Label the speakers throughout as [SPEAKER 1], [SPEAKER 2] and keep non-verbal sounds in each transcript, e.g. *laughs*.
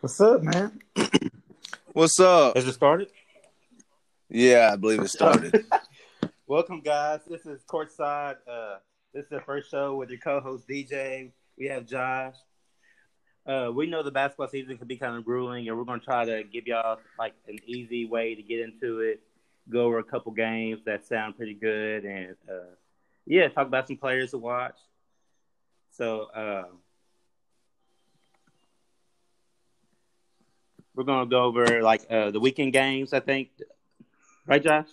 [SPEAKER 1] What's up, man?
[SPEAKER 2] What's up?
[SPEAKER 1] Has it started?
[SPEAKER 2] Yeah, I believe it started.
[SPEAKER 1] Welcome, guys. This is Courtside. Uh, this is the first show with your co-host DJ. We have Josh. Uh, we know the basketball season can be kind of grueling, and we're going to try to give y'all like an easy way to get into it. Go over a couple games that sound pretty good, and uh, yeah, talk about some players to watch. So um we're going to go over like uh, the weekend games. I think, right, Josh?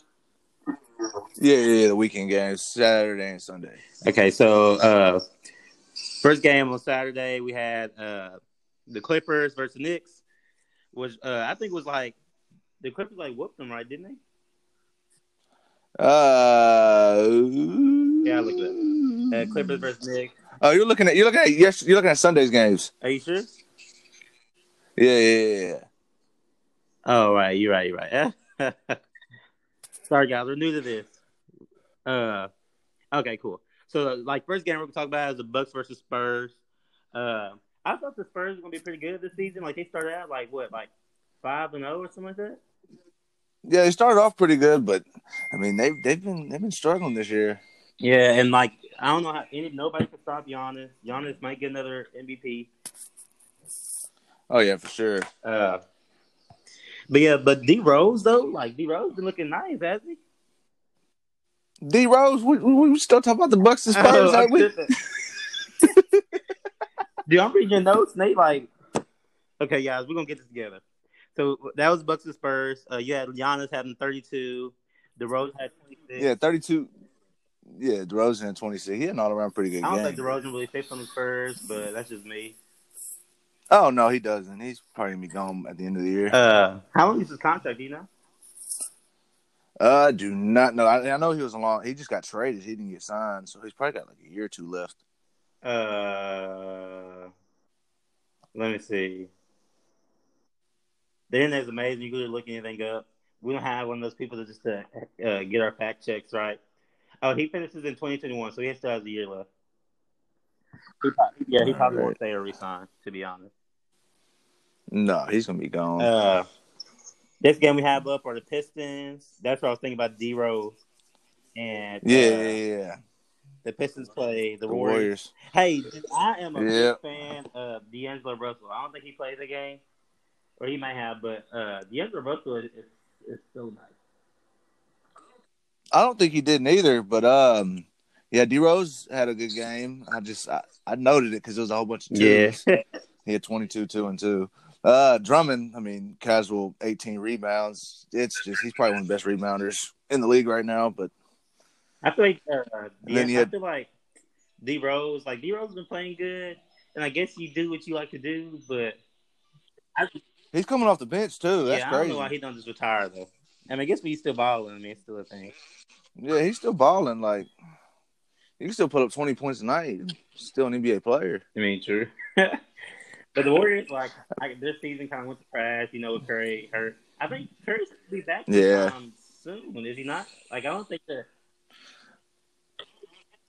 [SPEAKER 2] yeah, yeah, yeah, the weekend games, Saturday and Sunday.
[SPEAKER 1] Okay, so uh first game on Saturday we had uh the Clippers versus Knicks, which uh I think was like the Clippers like whooped them, right, didn't
[SPEAKER 2] Uh,
[SPEAKER 1] I looked they? Uh, Clippers versus Knicks.
[SPEAKER 2] Oh, you're looking at you're looking at yes, you're looking at Sunday's games.
[SPEAKER 1] Are you sure?
[SPEAKER 2] Yeah, yeah, yeah.
[SPEAKER 1] Oh right, you're right, you're right. *laughs* Sorry guys, we're new to this. Uh okay, cool. So like first game we're gonna talk about is the Bucks versus Spurs. Uh I thought the Spurs were gonna be pretty good this season. Like they started out like what, like five and oh or something like that?
[SPEAKER 2] Yeah, they started off pretty good, but I mean they've they've been they've been struggling this year.
[SPEAKER 1] Yeah, and like I don't know how any nobody can stop Giannis. Giannis might get another MVP.
[SPEAKER 2] Oh yeah, for sure.
[SPEAKER 1] Uh, but yeah, but D Rose though, like D Rose been looking nice, hasn't he?
[SPEAKER 2] D Rose, we, we we still talking about the Bucks
[SPEAKER 1] *laughs*
[SPEAKER 2] and Spurs.
[SPEAKER 1] Oh,
[SPEAKER 2] ain't we?
[SPEAKER 1] Dude, I'm reading your notes, Nate. Like, okay, guys, we're gonna get this together. So that was Bucks and Spurs. Uh, you had Giannis having 32. DeRozan had 26.
[SPEAKER 2] Yeah, thirty two. Yeah, DeRozan at twenty six. He had an all around pretty good
[SPEAKER 1] I don't
[SPEAKER 2] game.
[SPEAKER 1] think DeRozan really fits on the Spurs, but that's just me.
[SPEAKER 2] oh no, he doesn't. He's probably gonna be gone at the end of the year.
[SPEAKER 1] Uh, how long is his contract? Do you know?
[SPEAKER 2] Uh, I do not know. I, I know he was along. He just got traded. He didn't get signed, so he's probably got like a year or two left.
[SPEAKER 1] Uh, let me see. The internet's amazing. You can really look anything up. We don't have one of those people that just to uh, get our fact checks right. Oh, he finishes in 2021, so he still has a year left. He probably, yeah, he probably won't stay or resign, to be honest.
[SPEAKER 2] No, he's gonna be gone.
[SPEAKER 1] Uh, this game we have up are the Pistons. That's what I was thinking about D Rose. And uh,
[SPEAKER 2] yeah, yeah, yeah, yeah.
[SPEAKER 1] the Pistons play the
[SPEAKER 2] The
[SPEAKER 1] Warriors.
[SPEAKER 2] Warriors.
[SPEAKER 1] Hey, dude, I am a
[SPEAKER 2] Yeah.
[SPEAKER 1] big fan of D'Angelo Russell. I don't think he plays the game, or he might have, but uh, D'Angelo Russell is, is, is so nice.
[SPEAKER 2] I don't think he did neither, but um, yeah, D Rose had a good game. I just I, I noted it because it was a whole bunch of twos. He had 22, two and two. Uh, Drummond, I mean, casual eighteen rebounds. It's just he's probably one of the best rebounders in the league right now. But
[SPEAKER 1] I feel like uh,
[SPEAKER 2] And then
[SPEAKER 1] D'Ang-
[SPEAKER 2] he
[SPEAKER 1] I
[SPEAKER 2] had-
[SPEAKER 1] feel like D Rose, like D Rose, been playing good, and I guess you do what you like to do, but
[SPEAKER 2] he's coming off the bench too. That's
[SPEAKER 1] yeah, I don't
[SPEAKER 2] crazy.
[SPEAKER 1] know why he don't just retire though. I mean, I guess when he's still balling, I mean, it's still a thing.
[SPEAKER 2] Yeah, he's still balling. Like he can still put up twenty points a night. Still an NBA player.
[SPEAKER 1] I mean, true. *laughs* but the Warriors, like, like this season, kind of went to crash. You know, with Curry hurt. I think Curry's gonna be back
[SPEAKER 2] Yeah.
[SPEAKER 1] um, soon, is he not? Like, I don't think that.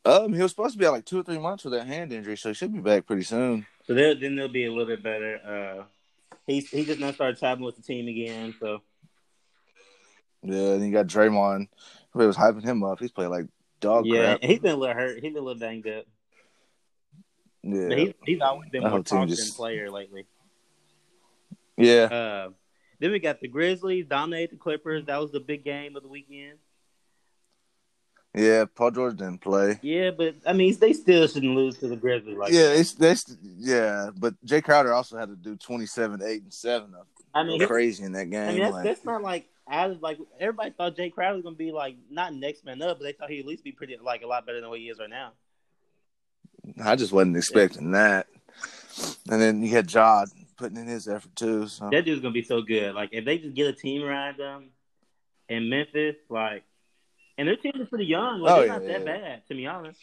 [SPEAKER 2] Um, he was supposed to be out like two or three months with that hand injury, so he should be back pretty soon.
[SPEAKER 1] So they'll, then they'll be a little bit better. Uh, he he just now started traveling with the team again. So
[SPEAKER 2] Yeah, and you got Draymond. Everybody was hyping him up. He's playing like dog
[SPEAKER 1] yeah,
[SPEAKER 2] Oh, crap.
[SPEAKER 1] he's been a little hurt. He's been a little danged up.
[SPEAKER 2] Yeah,
[SPEAKER 1] But he's he's always been
[SPEAKER 2] That
[SPEAKER 1] more
[SPEAKER 2] whole team
[SPEAKER 1] talk than
[SPEAKER 2] just-
[SPEAKER 1] player lately.
[SPEAKER 2] yeah.
[SPEAKER 1] Uh, then we got the Grizzlies dominate the Clippers. That was the big game of the weekend.
[SPEAKER 2] yeah. Paul George didn't play.
[SPEAKER 1] Yeah, but I mean, they still shouldn't lose to the Grizzlies. Like,
[SPEAKER 2] yeah, it's that's yeah. But Jay Crowder also had to do 27, 8, and seven. Up
[SPEAKER 1] I mean,
[SPEAKER 2] crazy in that game.
[SPEAKER 1] I mean, that's,
[SPEAKER 2] like,
[SPEAKER 1] that's not like out of like everybody thought Jay Crowder was gonna be like not next man up, but they thought he'd at least be pretty like a lot better than what he is right now.
[SPEAKER 2] I just wasn't expecting that. And then you had Ja putting in his effort too. So
[SPEAKER 1] That dude's gonna be so good. Like if they just get a team around them in Memphis, like, and their team is pretty young. Like,
[SPEAKER 2] Oh,
[SPEAKER 1] they're
[SPEAKER 2] yeah,
[SPEAKER 1] not that
[SPEAKER 2] yeah.
[SPEAKER 1] bad, to be honest.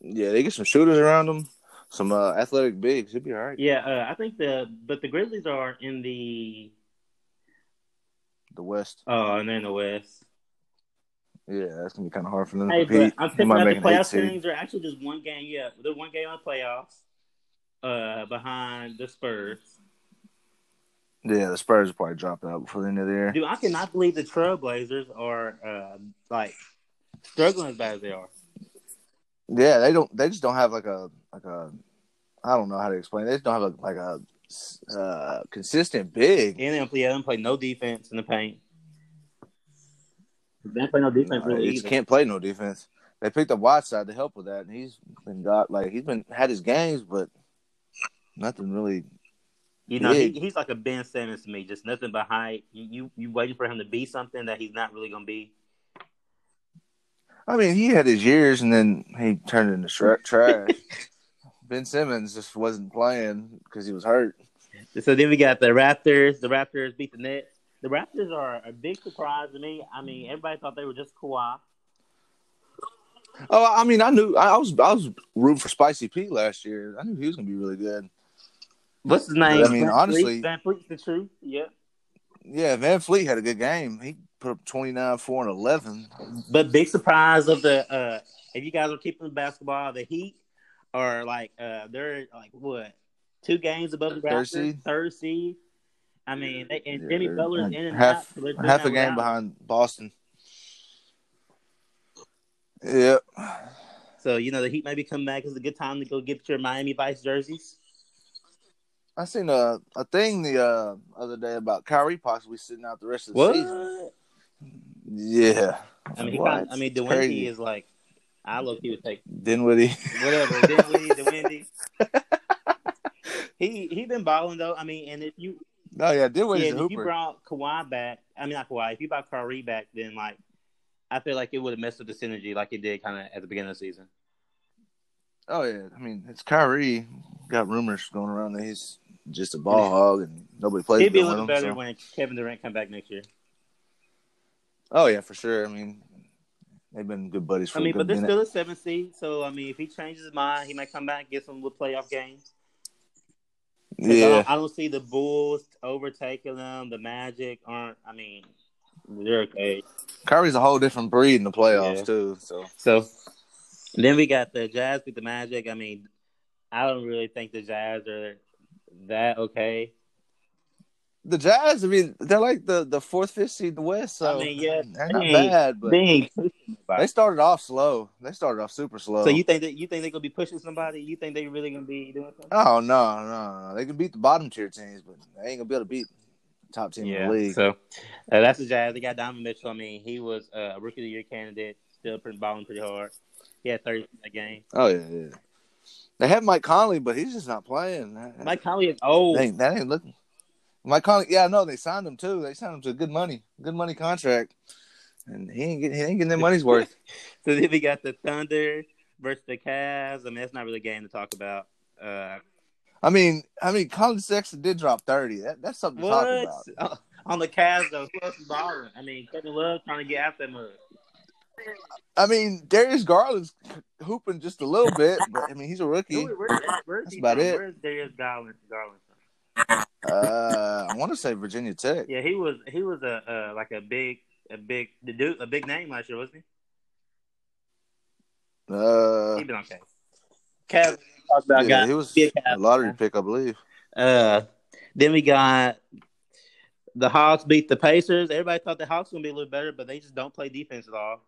[SPEAKER 2] yeah, they get some shooters around him, some uh, athletic bigs. He'll be all right.
[SPEAKER 1] Yeah, uh, I think the but the Grizzlies are in the
[SPEAKER 2] The West.
[SPEAKER 1] oh, and they're in the West.
[SPEAKER 2] Yeah, that's gonna be kind of hard for them to
[SPEAKER 1] Hey,
[SPEAKER 2] compete.
[SPEAKER 1] but I'm
[SPEAKER 2] They
[SPEAKER 1] tipping
[SPEAKER 2] might
[SPEAKER 1] out the
[SPEAKER 2] make an eight
[SPEAKER 1] playoff
[SPEAKER 2] seed.
[SPEAKER 1] series. They're actually just one game. Yeah, they're one game on the playoffs uh, behind the Spurs.
[SPEAKER 2] Yeah, the Spurs are probably dropping out before the end of the year.
[SPEAKER 1] Dude, I cannot believe the Trailblazers are uh, like struggling as bad as they are.
[SPEAKER 2] Yeah, they don't. They just don't have like a like a. I don't know how to explain. It. They just don't have a, like a uh, consistent big.
[SPEAKER 1] And they don't play, yeah, they don't play no defense in the paint. They don't play no defense really
[SPEAKER 2] They just
[SPEAKER 1] either.
[SPEAKER 2] can't play no defense. They picked up Whiteside to help with that, and he's been got like he's been had his games, but nothing really.
[SPEAKER 1] You know, he,
[SPEAKER 2] big.
[SPEAKER 1] he's like a Ben Simmons to me, just nothing but height. You, you you waiting for him to be something that he's not really gonna be.
[SPEAKER 2] I mean, he had his years, and then he turned into *laughs* shra- trash. ben Simmons just wasn't playing because he was hurt.
[SPEAKER 1] So then we got the Raptors. The Raptors beat the Nets. The Raptors are a big surprise to me. I mean, everybody thought they were just Kawhi.
[SPEAKER 2] Oh, I mean, I knew I I was I was rooting for Spicy P last year. I knew he was gonna be really good.
[SPEAKER 1] What's his name?
[SPEAKER 2] I mean,
[SPEAKER 1] Van Fleet?
[SPEAKER 2] honestly-
[SPEAKER 1] Van Fleet's the truth. Yeah,
[SPEAKER 2] Yeah, Van Fleet had a good game. He put up 29, 4, and 11.
[SPEAKER 1] but big surprise of the uh, if you guys are keeping the basketball, the Heat are like uh, they're like what two games above the
[SPEAKER 2] Third
[SPEAKER 1] Raptors,
[SPEAKER 2] seed?
[SPEAKER 1] third seed. I mean, they, and
[SPEAKER 2] Yeah,
[SPEAKER 1] Jimmy
[SPEAKER 2] they're-
[SPEAKER 1] Butler's in and out.
[SPEAKER 2] half,
[SPEAKER 1] so they're- they're
[SPEAKER 2] half a
[SPEAKER 1] not
[SPEAKER 2] game
[SPEAKER 1] without-
[SPEAKER 2] behind Boston. Yep.
[SPEAKER 1] So you know the Heat maybe come back. It's a good time to go get your Miami Vice jerseys.
[SPEAKER 2] I seen a, a thing the uh, other day about Kyrie possibly sitting out the rest of the season. Yeah.
[SPEAKER 1] I mean, he
[SPEAKER 2] What?
[SPEAKER 1] kind I mean,
[SPEAKER 2] It's
[SPEAKER 1] Dwayne is like, I look, he would take
[SPEAKER 2] Dinwiddie. *laughs*
[SPEAKER 1] whatever. Dinwiddie, Dwayne.
[SPEAKER 2] *laughs*
[SPEAKER 1] he he been balling though. I mean, and if you
[SPEAKER 2] No, Oh, yeah, Dinwiddie's
[SPEAKER 1] yeah,
[SPEAKER 2] a
[SPEAKER 1] and if you
[SPEAKER 2] hooper.
[SPEAKER 1] brought Kawhi back, I mean not Kawhi, if you brought Kyrie back, then like I feel like it would have messed up the synergy like it did kind of at the beginning of the season.
[SPEAKER 2] oh, yeah. I mean, it's Kyrie. Got rumors going around that he's just a ball hog and nobody plays
[SPEAKER 1] He'd be
[SPEAKER 2] good with
[SPEAKER 1] looking
[SPEAKER 2] him,
[SPEAKER 1] better
[SPEAKER 2] so-
[SPEAKER 1] when Kevin Durant come back next year.
[SPEAKER 2] Oh, yeah, for sure. I mean, they've been good buddies for
[SPEAKER 1] I mean,
[SPEAKER 2] a
[SPEAKER 1] but
[SPEAKER 2] good
[SPEAKER 1] they're
[SPEAKER 2] minute.
[SPEAKER 1] still a seven seed, so I mean, if he changes his mind, he might come back get some little playoff games. 'Cause I,
[SPEAKER 2] yeah.
[SPEAKER 1] don't, I don't see the Bulls overtaking them. The Magic aren't. I mean, they're okay.
[SPEAKER 2] Kyrie's a whole different breed in the playoffs
[SPEAKER 1] Yeah.
[SPEAKER 2] too. So
[SPEAKER 1] So then we got the Jazz with the Magic. I mean, I don't really think the Jazz are that okay.
[SPEAKER 2] the Jazz, I mean, they're like the, the fourth, fifth seed in the West. So
[SPEAKER 1] I mean, yeah,
[SPEAKER 2] they're not
[SPEAKER 1] they-
[SPEAKER 2] bad, but
[SPEAKER 1] They ain't
[SPEAKER 2] they started off slow. They started off super slow.
[SPEAKER 1] So you think that you think they're gonna be pushing somebody? You think they really gonna be doing something?
[SPEAKER 2] Oh no, no, no! They can beat the bottom tier teams, but they ain't gonna be able to beat the top team in the league.
[SPEAKER 1] So uh, that's the Jazz. They got Donovan Mitchell. I mean, he was uh, a rookie of the year candidate. Still pretty balling pretty hard. He had thirty in that game.
[SPEAKER 2] oh yeah, yeah. They have Mike Conley, but he's just not playing. That-
[SPEAKER 1] Mike Conley is old.
[SPEAKER 2] that ain't, that ain't looking. Mike Conley, yeah, I know they signed him too. They signed him to good money, good money contract, and he ain't getting, he ain't getting their money's worth.
[SPEAKER 1] So then we got the Thunder versus the Cavs. I mean, that's not really a game to talk about. Uh,
[SPEAKER 2] I mean, I mean, Colin Sexton did drop thirty. That, that's something to talk about.
[SPEAKER 1] Uh, *laughs* on the Cavs though? Who else is balling? I mean, Kevin Love trying to get out that mug.
[SPEAKER 2] I mean, Darius Garland's hooping just a little bit, but I mean, he's a rookie.
[SPEAKER 1] Where, where, where's
[SPEAKER 2] That's
[SPEAKER 1] he
[SPEAKER 2] about
[SPEAKER 1] from?
[SPEAKER 2] it.
[SPEAKER 1] Where's Darius Garland? Garland from?
[SPEAKER 2] Uh, I want to say Virginia Tech.
[SPEAKER 1] Yeah, he was he was a uh, like a big a big the dude a big name last year, wasn't he?
[SPEAKER 2] Uh,
[SPEAKER 1] He been okay. Cavs talked about
[SPEAKER 2] yeah,
[SPEAKER 1] guys.
[SPEAKER 2] he was
[SPEAKER 1] big
[SPEAKER 2] a
[SPEAKER 1] ass.
[SPEAKER 2] lottery pick, I believe.
[SPEAKER 1] Uh, then we got the Hawks beat the Pacers. Everybody thought the Hawks gonna be a little better, but they just don't play defense at all.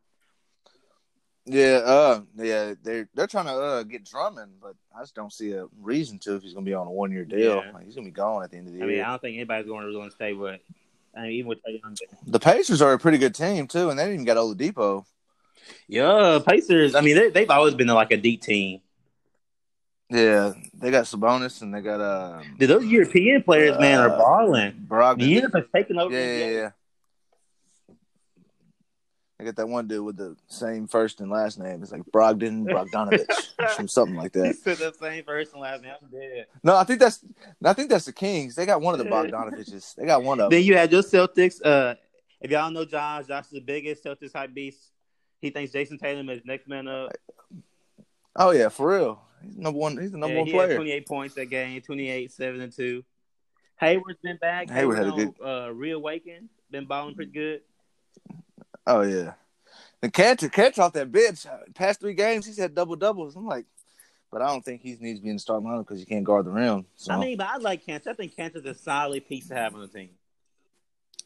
[SPEAKER 2] Yeah, uh, yeah, they're they're trying to uh, get Drummond, but I just don't see a reason to if he's gonna be on a one year deal.
[SPEAKER 1] Yeah.
[SPEAKER 2] Like, he's gonna be gone at the end of the
[SPEAKER 1] I mean,
[SPEAKER 2] year.
[SPEAKER 1] I don't think anybody's going to really want to stay with. I mean, even with Trae Young.
[SPEAKER 2] the Pacers are a pretty good team too, and they didn't even got Oladipo.
[SPEAKER 1] Yeah, Pacers. I mean, they, they've always been like a deep team.
[SPEAKER 2] Yeah, they got Sabonis and they got uh
[SPEAKER 1] Dude, those European players, man, are
[SPEAKER 2] Uh,
[SPEAKER 1] balling.
[SPEAKER 2] Brogdon.
[SPEAKER 1] Europe is taking over.
[SPEAKER 2] Yeah, yeah,
[SPEAKER 1] the-
[SPEAKER 2] yeah. I got that one dude with the same first and last name. It's like
[SPEAKER 1] *laughs*
[SPEAKER 2] Brogdon Brogdonovich, It's from something like
[SPEAKER 1] He *laughs*
[SPEAKER 2] that.
[SPEAKER 1] said that same first and last name. I'm dead.
[SPEAKER 2] No, I think that's I think that's the Kings. They got one of the Bogdanoviches. They got one
[SPEAKER 1] *laughs*
[SPEAKER 2] of them.
[SPEAKER 1] Then you had your Celtics. Uh, if y'all know Josh, Josh is the biggest Celtics hype beast. He thinks Jason Tatum is next man up.
[SPEAKER 2] Oh yeah, for real. He's number one. He's the number
[SPEAKER 1] Yeah,
[SPEAKER 2] one
[SPEAKER 1] he
[SPEAKER 2] player.
[SPEAKER 1] had 28 points that game, 28, 7 and 2. Hayward's been back.
[SPEAKER 2] Hayward had a
[SPEAKER 1] Hayward's on, uh, reawakened. Been balling pretty good.
[SPEAKER 2] Oh uh, yeah. And catch catch off that bitch. Past three games, he's had double doubles. I'm like, but I don't think he needs to be in the starting lineup because he can't guard the rim. So.
[SPEAKER 1] I mean, but I like Cantor. I think Cantor's a solid piece to have on the team.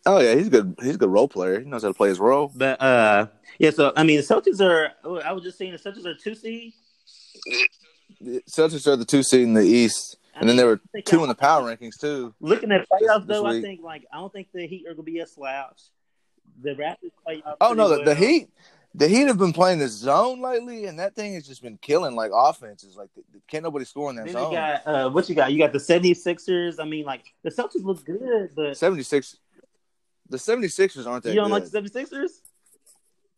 [SPEAKER 2] oh yeah, he's a good. He's a good role player. He knows how to play his role.
[SPEAKER 1] But uh, yeah. So I mean, the Celtics are. oh, I was just saying the Celtics are two seed.
[SPEAKER 2] The Celtics are the two seed in the East,
[SPEAKER 1] I
[SPEAKER 2] and then there were
[SPEAKER 1] I think
[SPEAKER 2] two
[SPEAKER 1] I-
[SPEAKER 2] in the power rankings too.
[SPEAKER 1] Looking at
[SPEAKER 2] this
[SPEAKER 1] playoffs, though, I
[SPEAKER 2] week.
[SPEAKER 1] think like I don't think the Heat are gonna be a slouch. The Raptors playoffs.
[SPEAKER 2] Oh no, the,
[SPEAKER 1] pretty
[SPEAKER 2] the
[SPEAKER 1] well.
[SPEAKER 2] Heat, the Heat have been playing the zone lately, and that thing has just been killing like offenses. Like can't nobody score in that
[SPEAKER 1] Then you
[SPEAKER 2] zone.
[SPEAKER 1] got uh, what you got? You got the 76ers. I mean, like the Celtics look good, but
[SPEAKER 2] 76 the 76ers aren't that
[SPEAKER 1] you don't
[SPEAKER 2] good.
[SPEAKER 1] like the 76ers?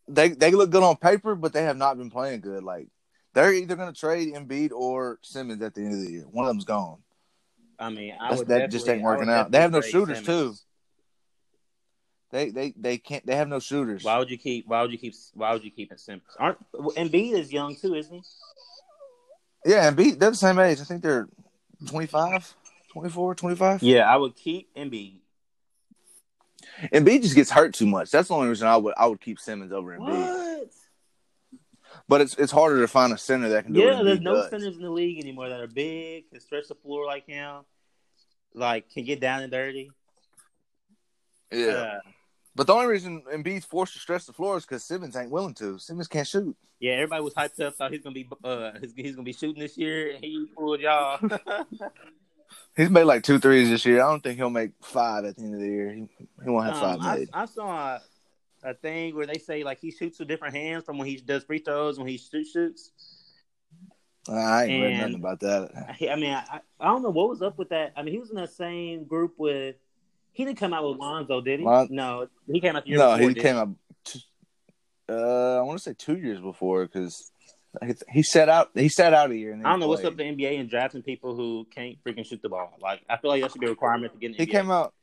[SPEAKER 2] they they look good on paper, but they have not been playing good. Like they're either going to trade Embiid or Simmons at the end of the year. One of them's gone.
[SPEAKER 1] I mean, I
[SPEAKER 2] That's-
[SPEAKER 1] would
[SPEAKER 2] that just
[SPEAKER 1] definitely- I
[SPEAKER 2] ain't
[SPEAKER 1] would
[SPEAKER 2] working out. They have no
[SPEAKER 1] definitely
[SPEAKER 2] shooters
[SPEAKER 1] trade Simmons.
[SPEAKER 2] They they they can't. They have no shooters.
[SPEAKER 1] Why would you keep? Why would you keep? Why would you keep it Simmons? Aren't Embiid is young too, isn't he?
[SPEAKER 2] Yeah, Embiid. They're the same age. I think they're 25, 24, 25.
[SPEAKER 1] Yeah, I would keep Embiid.
[SPEAKER 2] Embiid just gets hurt too much. That's the only reason I would I would keep Simmons over Embiid.
[SPEAKER 1] What?
[SPEAKER 2] But it's it's harder to find a center that can do.
[SPEAKER 1] Yeah,
[SPEAKER 2] what
[SPEAKER 1] there's
[SPEAKER 2] Embiid
[SPEAKER 1] no
[SPEAKER 2] does.
[SPEAKER 1] centers in the league anymore that are big, can stretch the floor like him, like can get down and dirty.
[SPEAKER 2] Yeah.
[SPEAKER 1] Uh,
[SPEAKER 2] But the only reason Embiid's forced to stretch the floor is because Simmons ain't willing to. Simmons can't shoot.
[SPEAKER 1] yeah, everybody was hyped up, thought he's gonna be uh he's, he's gonna be shooting this year, and he fooled
[SPEAKER 2] *laughs*
[SPEAKER 1] y'all.
[SPEAKER 2] He's made like two threes this year. I don't think he'll make five at the end of the year. He, he won't have
[SPEAKER 1] Um,
[SPEAKER 2] five
[SPEAKER 1] I,
[SPEAKER 2] made.
[SPEAKER 1] I saw a, a thing where they say like he shoots with different hands from when he does free throws when he shoot shoots.
[SPEAKER 2] I, ain't read
[SPEAKER 1] and-
[SPEAKER 2] nothing about that.
[SPEAKER 1] I, I mean, I, I don't know what was up with that. I mean, he was in that same group with. He didn't come out with Lonzo, did he?
[SPEAKER 2] Lon-
[SPEAKER 1] no, he came out the year
[SPEAKER 2] No,
[SPEAKER 1] before.
[SPEAKER 2] he
[SPEAKER 1] didn't
[SPEAKER 2] came up. T- uh, I want to say two years before because he sat out. He sat out a year. And then
[SPEAKER 1] I don't know what's
[SPEAKER 2] played.
[SPEAKER 1] up with the NBA and drafting people who can't freaking shoot the ball. Like I feel like that should be a requirement to get in the
[SPEAKER 2] He
[SPEAKER 1] NBA.
[SPEAKER 2] came out.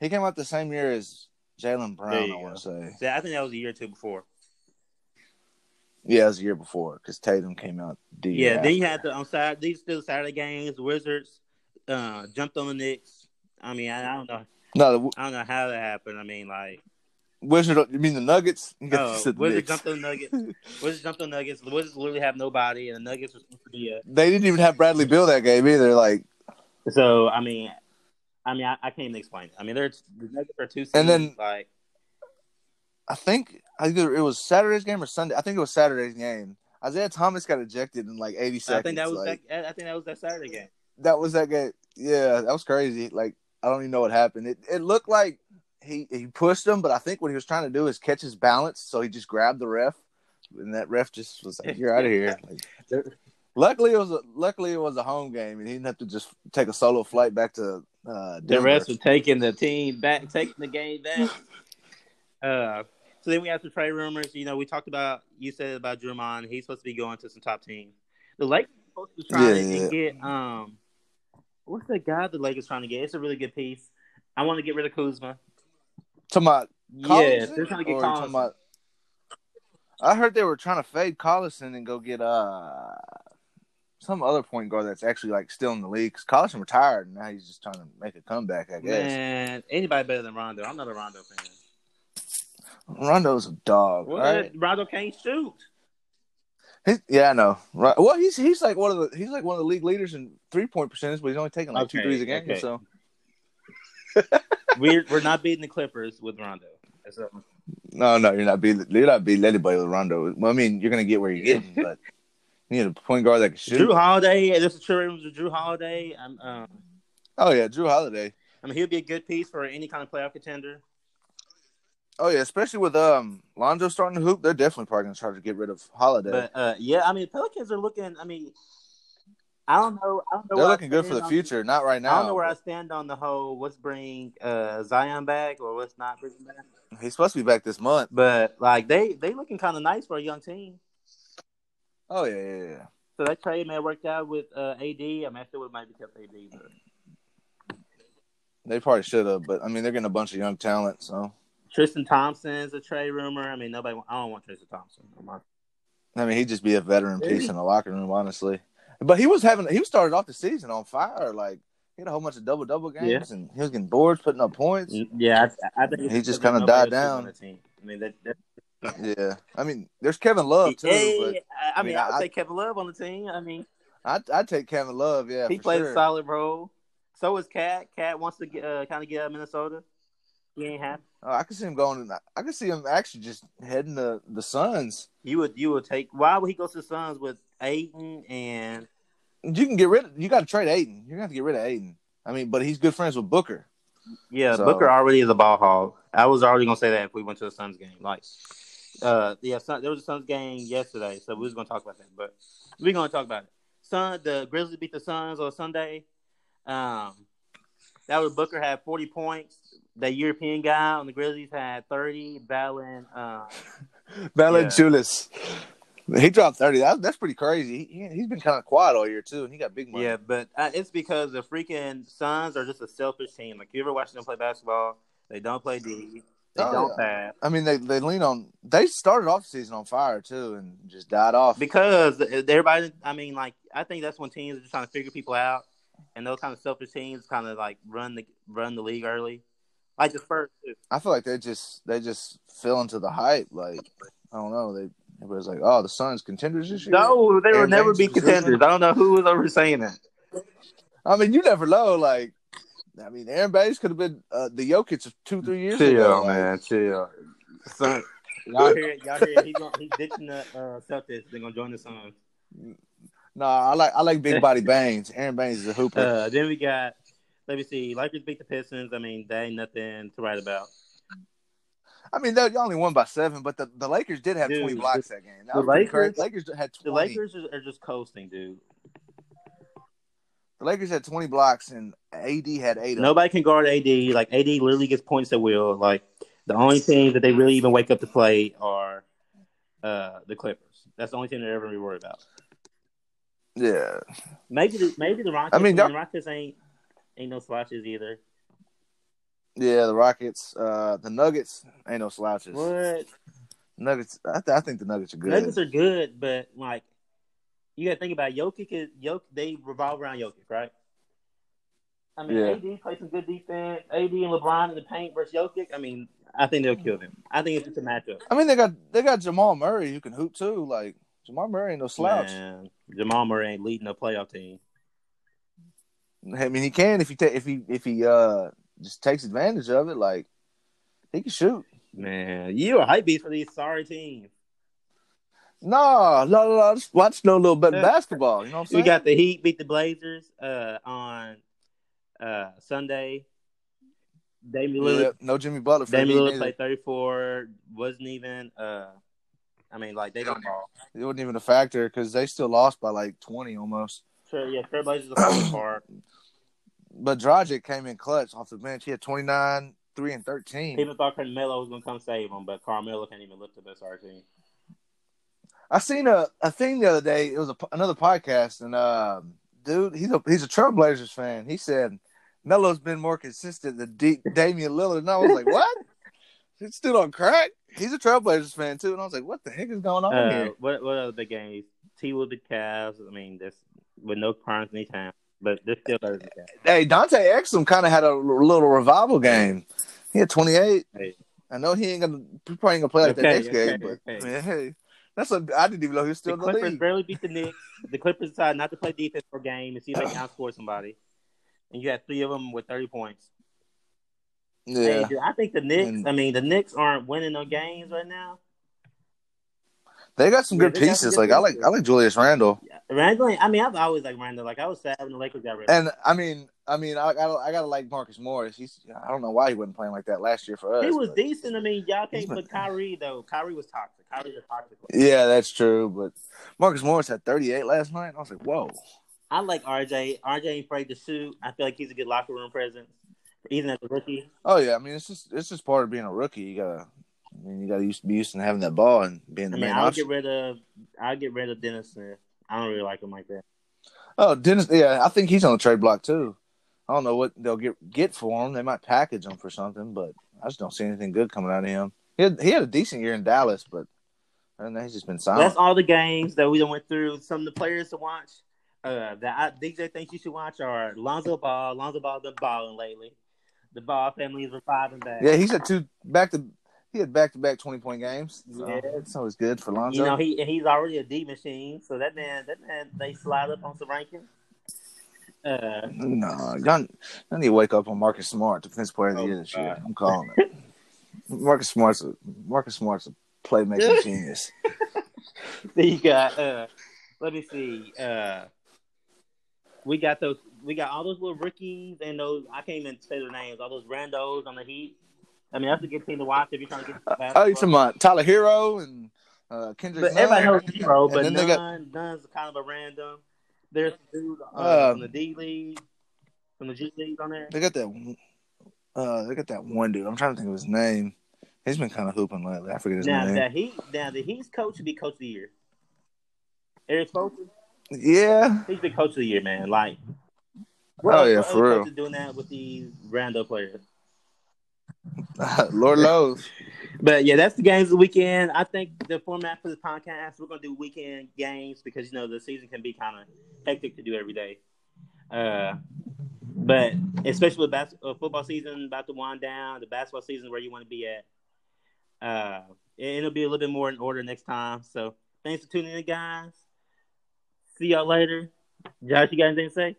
[SPEAKER 2] He came out the same year as Jalen
[SPEAKER 1] There
[SPEAKER 2] Brown.
[SPEAKER 1] you
[SPEAKER 2] I want to say.
[SPEAKER 1] So I think that was a year or two before.
[SPEAKER 2] Yeah, it was a year before because Tatum came out. The
[SPEAKER 1] Yeah,
[SPEAKER 2] year
[SPEAKER 1] then you
[SPEAKER 2] after.
[SPEAKER 1] had the on Saturday, these still Saturday games, Wizards, uh, jumped on the Knicks. I mean, I, I don't know
[SPEAKER 2] no the W-
[SPEAKER 1] I don't know how that happened. I mean like
[SPEAKER 2] Wizard. You mean the Nuggets? *laughs* You
[SPEAKER 1] oh,
[SPEAKER 2] said the
[SPEAKER 1] Wizards
[SPEAKER 2] Knicks.
[SPEAKER 1] jumped on the
[SPEAKER 2] *laughs*
[SPEAKER 1] Nuggets. Wizards jumped on the Nuggets. The Wizards literally have nobody and the Nuggets were supposed to be a
[SPEAKER 2] They didn't even have Bradley Bill that game either. Like,
[SPEAKER 1] so I mean I mean I, I can't even explain it. I mean they're the Nuggets are two seeds,
[SPEAKER 2] And then-
[SPEAKER 1] like
[SPEAKER 2] I think either it was Saturday's game or Sunday. I think it was Saturday's game. Isaiah Thomas got ejected in like 80 seconds.
[SPEAKER 1] I think that was
[SPEAKER 2] like,
[SPEAKER 1] that, I think that was that Saturday game.
[SPEAKER 2] that was that game. Yeah, that was crazy. Like, I don't even know what happened. It it looked like he he pushed him, but I think what he was trying to do is catch his balance, so he just grabbed the ref, and that ref just was like, "You're out
[SPEAKER 1] *laughs*
[SPEAKER 2] of here." Like, luckily, it was a, luckily it was a home game, and he didn't have to just take a solo flight back to. Uh,
[SPEAKER 1] The
[SPEAKER 2] Denver.
[SPEAKER 1] rest were taking the team back, taking the game
[SPEAKER 2] *laughs*
[SPEAKER 1] back. uh, so then we have some trade rumors. You know, we talked about you said about Drummond. He's supposed to be going to some top team. The Lakers are supposed to try
[SPEAKER 2] Yeah, yeah,
[SPEAKER 1] and get um, what's that guy the Lakers trying to get? It's a really good piece. I want to get rid of Kuzma.
[SPEAKER 2] Talking about
[SPEAKER 1] Yeah,
[SPEAKER 2] Collison?
[SPEAKER 1] they're trying to get
[SPEAKER 2] Or you talking
[SPEAKER 1] Collins.
[SPEAKER 2] about- I heard they were trying to fade Collison and go get uh some other point guard that's actually like still in the league because Collison retired and now he's just trying to make a comeback. I guess
[SPEAKER 1] Man, anybody better than Rondo? I'm not a Rondo fan.
[SPEAKER 2] Rondo's a dog.
[SPEAKER 1] What?
[SPEAKER 2] Right?
[SPEAKER 1] Rondo can't shoot.
[SPEAKER 2] He's, yeah, I know. Right. Well, he's he's like one of the he's like one of the league leaders in three point percentage, but he's only taking like two
[SPEAKER 1] Okay,
[SPEAKER 2] threes a game.
[SPEAKER 1] okay.
[SPEAKER 2] So
[SPEAKER 1] *laughs* We're we're not beating the Clippers with Rondo. That's what I'm
[SPEAKER 2] no, no, you're not beating you're not beating anybody with Rondo. Well, I mean, you're gonna get where you're getting,
[SPEAKER 1] *laughs*
[SPEAKER 2] but you need a point guard that can shoot.
[SPEAKER 1] Drew Holiday. This is true. with Drew Holiday. I'm. Um,
[SPEAKER 2] oh yeah, Drew Holiday.
[SPEAKER 1] I mean, he'll be a good piece for any kind of playoff contender.
[SPEAKER 2] Oh yeah, especially with um Lonzo starting to hoop, they're definitely probably gonna try to get rid of Holiday.
[SPEAKER 1] But uh, yeah, I mean, Pelicans are looking. I mean, I don't know. I don't know.
[SPEAKER 2] they're
[SPEAKER 1] where I
[SPEAKER 2] looking good for
[SPEAKER 1] stand
[SPEAKER 2] the
[SPEAKER 1] on-
[SPEAKER 2] future, not right now.
[SPEAKER 1] I don't know where I stand on the whole what's bring uh, Zion back or what's not bringing back.
[SPEAKER 2] He's supposed to be back this month.
[SPEAKER 1] But like they they looking kind of nice for a young team.
[SPEAKER 2] Oh yeah, yeah, yeah.
[SPEAKER 1] So that trade may have worked out with uh, AD. I mean, I still would might be kept AD. But
[SPEAKER 2] They probably should have, but I mean they're getting a bunch of young talent, so
[SPEAKER 1] Tristan Thompson's a trade rumor. I mean, nobody. I don't want Tristan Thompson. I'm not-
[SPEAKER 2] I mean he'd just be a veteran
[SPEAKER 1] Yeah.
[SPEAKER 2] piece in the locker room, honestly. But he was having he started off the season on fire, like he had a whole bunch of double double games and he was getting boards, putting up points.
[SPEAKER 1] Yeah, I, I think
[SPEAKER 2] He
[SPEAKER 1] because
[SPEAKER 2] just kinda
[SPEAKER 1] nobody else
[SPEAKER 2] died
[SPEAKER 1] is on
[SPEAKER 2] down.
[SPEAKER 1] the team. I mean, that, that,
[SPEAKER 2] yeah, I mean, there's Kevin Love too.
[SPEAKER 1] yeah,
[SPEAKER 2] but
[SPEAKER 1] I, I mean,
[SPEAKER 2] mean,
[SPEAKER 1] I,
[SPEAKER 2] I-
[SPEAKER 1] would say Kevin Love on the team. I mean,
[SPEAKER 2] I I take Kevin Love. Yeah,
[SPEAKER 1] he
[SPEAKER 2] for
[SPEAKER 1] plays
[SPEAKER 2] sure.
[SPEAKER 1] a solid role. So is Cat. Cat wants to get, uh, kind of get out of Minnesota. He ain't happy.
[SPEAKER 2] Oh, I can see him going. I can see him actually just heading to the Suns.
[SPEAKER 1] You would you would take. Why would he go to the Suns with Aiton and
[SPEAKER 2] You can get rid. of You got to trade Aiden. You got to get rid of Aiden. I mean, but he's good friends with Booker.
[SPEAKER 1] Yeah,
[SPEAKER 2] So-
[SPEAKER 1] Booker already is a ball hog. I was already gonna say that if we went to the Suns game, like, uh, yeah, Sun, there was a Suns game yesterday, so we was gonna talk about that, but we gonna talk about it. Sun, the Grizzlies beat the Suns on Sunday. Um, that was Booker had forty points. That European guy on the Grizzlies had thirty. Battling, uh,
[SPEAKER 2] Valanciunas. He dropped thirty. That, that's pretty crazy. He, he, has been kind of quiet all year too, and he got big money.
[SPEAKER 1] yeah, but uh, it's because the freaking Suns are just a selfish team. Like you ever watch them play basketball? They don't play D. They
[SPEAKER 2] Oh,
[SPEAKER 1] don't
[SPEAKER 2] yeah.
[SPEAKER 1] pass.
[SPEAKER 2] I mean, they they lean on. They started off the season on fire too, and just died off.
[SPEAKER 1] because everybody i mean like i think that's when teams are just trying to figure people out and those kind of selfish teams kind of like run the run the league early like the first
[SPEAKER 2] I feel like they just they just fell into the hype. Like I don't know. They everybody's like, oh, the Suns contenders this year.
[SPEAKER 1] no they will
[SPEAKER 2] Aaron
[SPEAKER 1] never
[SPEAKER 2] James
[SPEAKER 1] be
[SPEAKER 2] was losing.
[SPEAKER 1] contenders i don't know who was over saying that
[SPEAKER 2] I mean, you never know. Like, I mean, Aaron Baines could have been uh, the Jokic of two, three years ago. like,
[SPEAKER 1] chill Son, y'all hear y'all hear he's, gonna, he's ditching the uh, Celtics they're gonna join the Suns
[SPEAKER 2] Nah, I like I like big body Baines. Aaron Baines is a hooper.
[SPEAKER 1] uh, then we got let me see Lakers beat the Pistons I mean that ain't nothing to write about
[SPEAKER 2] I mean, they they only won by seven, but the, the Lakers did have
[SPEAKER 1] Dude,
[SPEAKER 2] twenty blocks that game. That
[SPEAKER 1] the
[SPEAKER 2] was pretty
[SPEAKER 1] Lakers-
[SPEAKER 2] crazy. Lakers had
[SPEAKER 1] the
[SPEAKER 2] twenty.
[SPEAKER 1] Lakers are, are just coasting dude
[SPEAKER 2] the Lakers had twenty blocks, and AD had eight. of them.
[SPEAKER 1] Nobody can guard AD. Like AD literally gets points at will. Like the only team that they really even wake up to play are uh, the Clippers. That's the only team they're ever gonna be worried about.
[SPEAKER 2] Yeah,
[SPEAKER 1] Maybe the maybe the Rockets.
[SPEAKER 2] I mean,
[SPEAKER 1] the Rockets ain't ain't no slouches either.
[SPEAKER 2] yeah. The Rockets, uh, the Nuggets ain't no slouches.
[SPEAKER 1] What
[SPEAKER 2] Nuggets, I, th- I think the Nuggets are good.
[SPEAKER 1] Nuggets are good, but like you gotta think about it. Jokic. Is, Jokic they revolve around Jokic, right? I mean,
[SPEAKER 2] Yeah.
[SPEAKER 1] AD plays some good defense. AD and LeBron in the paint versus Jokic. I mean, I think they'll kill them. I think it's just a matchup.
[SPEAKER 2] I mean, they got they got Jamal Murray who can hoop too. Like Jamal Murray ain't no slouch.
[SPEAKER 1] Man, Jamal Murray ain't leading a playoff team.
[SPEAKER 2] I mean, he can if he ta- if he if he uh just takes advantage of it. Like he can shoot.
[SPEAKER 1] Man, you are hype beast for these sorry teams.
[SPEAKER 2] No, no, no. no. Just watch no little bit of
[SPEAKER 1] Yeah.
[SPEAKER 2] basketball. You know what I'm
[SPEAKER 1] We
[SPEAKER 2] saying?
[SPEAKER 1] got the Heat beat the Blazers uh, on uh, Sunday. Damian Lillard,
[SPEAKER 2] Yep, no Jimmy Butler. For
[SPEAKER 1] Damian
[SPEAKER 2] me
[SPEAKER 1] Lillard
[SPEAKER 2] neither.
[SPEAKER 1] played 34, wasn't even. Uh, I mean, like they don't ball.
[SPEAKER 2] It wasn't even a factor because they still lost by like 20 almost.
[SPEAKER 1] Sure, yeah, Trailblazers are falling
[SPEAKER 2] *coughs*
[SPEAKER 1] apart.
[SPEAKER 2] But Dragic came in clutch off the bench. He had 29, three and 13.
[SPEAKER 1] People thought Carmelo was gonna come save them, but Carmelo can't even lift up that sorry team.
[SPEAKER 2] I seen a, a thing the other day. It was a, po- another podcast, and uh, dude, he's a he's a Trailblazers fan. He said Melo's been more consistent than D- Damian Lillard, and I was like, what? *laughs* He's still on crack. He's a Trailblazers fan too, and I was like, what the heck is going on
[SPEAKER 1] Uh,
[SPEAKER 2] here?
[SPEAKER 1] what what other big games? T with the Cavs. I mean, that's with no crimes any time, but they're still better than that.
[SPEAKER 2] Hey, Dante Exum kind of had a l- little revival game. He had twenty eight.
[SPEAKER 1] Hey.
[SPEAKER 2] I know he ain't gonna he probably ain't gonna play like that
[SPEAKER 1] Okay,
[SPEAKER 2] next
[SPEAKER 1] okay,
[SPEAKER 2] game, but
[SPEAKER 1] okay.
[SPEAKER 2] man, hey, that's a I didn't even know he was still
[SPEAKER 1] The
[SPEAKER 2] in the
[SPEAKER 1] Clippers
[SPEAKER 2] league.
[SPEAKER 1] barely beat the Knicks. The Clippers decided not to play defense for a game and see if they can outscore somebody. And you had three of them with thirty points. Hey,
[SPEAKER 2] Yeah,
[SPEAKER 1] dude, I think the Knicks.
[SPEAKER 2] And-
[SPEAKER 1] I mean, the Knicks aren't winning no games right now.
[SPEAKER 2] they got some
[SPEAKER 1] Yeah,
[SPEAKER 2] good
[SPEAKER 1] they got some
[SPEAKER 2] pieces.
[SPEAKER 1] good
[SPEAKER 2] Like I like
[SPEAKER 1] pieces.
[SPEAKER 2] I like Julius Randle.
[SPEAKER 1] Randall. I mean, I've always liked Randall. Like I was sad when the Lakers got rid. of him.
[SPEAKER 2] And I mean, I mean, I gotta, I gotta like Marcus Morris. He's, I don't know why he wasn't playing like that last year for us.
[SPEAKER 1] He was
[SPEAKER 2] but-
[SPEAKER 1] decent. I mean, y'all can't
[SPEAKER 2] He's been-
[SPEAKER 1] put Kyrie though. Kyrie was toxic. Kyrie's a toxic. player.
[SPEAKER 2] yeah, that's true. But Marcus Morris had 38 last night. I was like, whoa.
[SPEAKER 1] I like RJ. RJ ain't afraid to shoot. I feel like he's a good locker room presence, even as a rookie.
[SPEAKER 2] Oh yeah, I mean, it's just, it's just part of being a rookie. You gotta, I mean, you gotta used, be used to having that ball and being
[SPEAKER 1] I
[SPEAKER 2] the
[SPEAKER 1] mean,
[SPEAKER 2] main
[SPEAKER 1] I would get
[SPEAKER 2] option.
[SPEAKER 1] rid of. I'd get rid of Dennis Smith. I don't really like him like that.
[SPEAKER 2] Oh, Dennis. Yeah, I think he's on the trade block too. I don't know what they'll get get for him. They might package him for something, but I just don't see anything good coming out of him. He had, he had a decent year in Dallas, but I don't know. He's just been
[SPEAKER 1] Well, that's
[SPEAKER 2] silent.
[SPEAKER 1] all the games that we done went through. Some of the players to watch uh, that I, DJ thinks you should watch are Lonzo Ball. Lonzo Ball's been balling lately. The Ball family is reviving back.
[SPEAKER 2] Yeah, he's at two back to. He had back to back twenty point games. So yeah, it's always good for Lonzo.
[SPEAKER 1] You know, he he's already a D machine, so that man, that man, they slide up on some rankings. Uh, *laughs*
[SPEAKER 2] no, y'all, y'all need to wake up on Marcus Smart, defensive player of the
[SPEAKER 1] Oh,
[SPEAKER 2] year this year. I'm calling it.
[SPEAKER 1] *laughs*
[SPEAKER 2] Marcus Smart's a Marcus Smart's a
[SPEAKER 1] *laughs*
[SPEAKER 2] playmaking genius.
[SPEAKER 1] then you got uh, let me see. Uh, we got those. We got all those little rookies and those. I can't even say their names. All those randos on the Heat. I mean, that's a good team to watch if you're trying to get. To
[SPEAKER 2] Uh, *laughs* oh, you talking about Tyler Hero and uh, Kendrick?
[SPEAKER 1] But
[SPEAKER 2] Nunn.
[SPEAKER 1] everybody knows Hero, but
[SPEAKER 2] then
[SPEAKER 1] none,
[SPEAKER 2] they got-
[SPEAKER 1] none's kind of a random. There's a dude uh,
[SPEAKER 2] Um,
[SPEAKER 1] from the D League, from the G League on there.
[SPEAKER 2] They got that. Uh, they got that one dude. I'm trying to think of his name. He's been kind of hooping lately. I forget his
[SPEAKER 1] Now
[SPEAKER 2] name.
[SPEAKER 1] that he, now the Heat's coach should be coach of the year. Eric Spoelstra,
[SPEAKER 2] Yeah, *laughs*
[SPEAKER 1] he's been coach of the year, man. Like,
[SPEAKER 2] Oh,
[SPEAKER 1] else-
[SPEAKER 2] yeah,
[SPEAKER 1] what
[SPEAKER 2] for
[SPEAKER 1] other
[SPEAKER 2] real.
[SPEAKER 1] coaches Doing that with these rando players.
[SPEAKER 2] Lord knows.
[SPEAKER 1] But yeah, that's the games of the weekend. I think the format for the podcast, we're gonna do weekend games because you know the season can be kind of hectic to do every day. Uh, but especially with bas- uh, football season about to wind down, the basketball season where you want to be at. Uh, and it'll be a little bit more in order next time. So thanks for tuning in, guys. See y'all later. Josh, you got anything to say?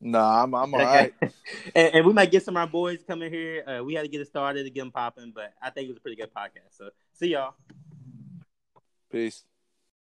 [SPEAKER 2] Nah,
[SPEAKER 1] *laughs*
[SPEAKER 2] I'm I'm all
[SPEAKER 1] Okay.
[SPEAKER 2] right.
[SPEAKER 1] and, and we might get some of our boys coming here. Uh, we had to get it started to get them popping, but I think it was a pretty good podcast. So see y'all.
[SPEAKER 2] Peace.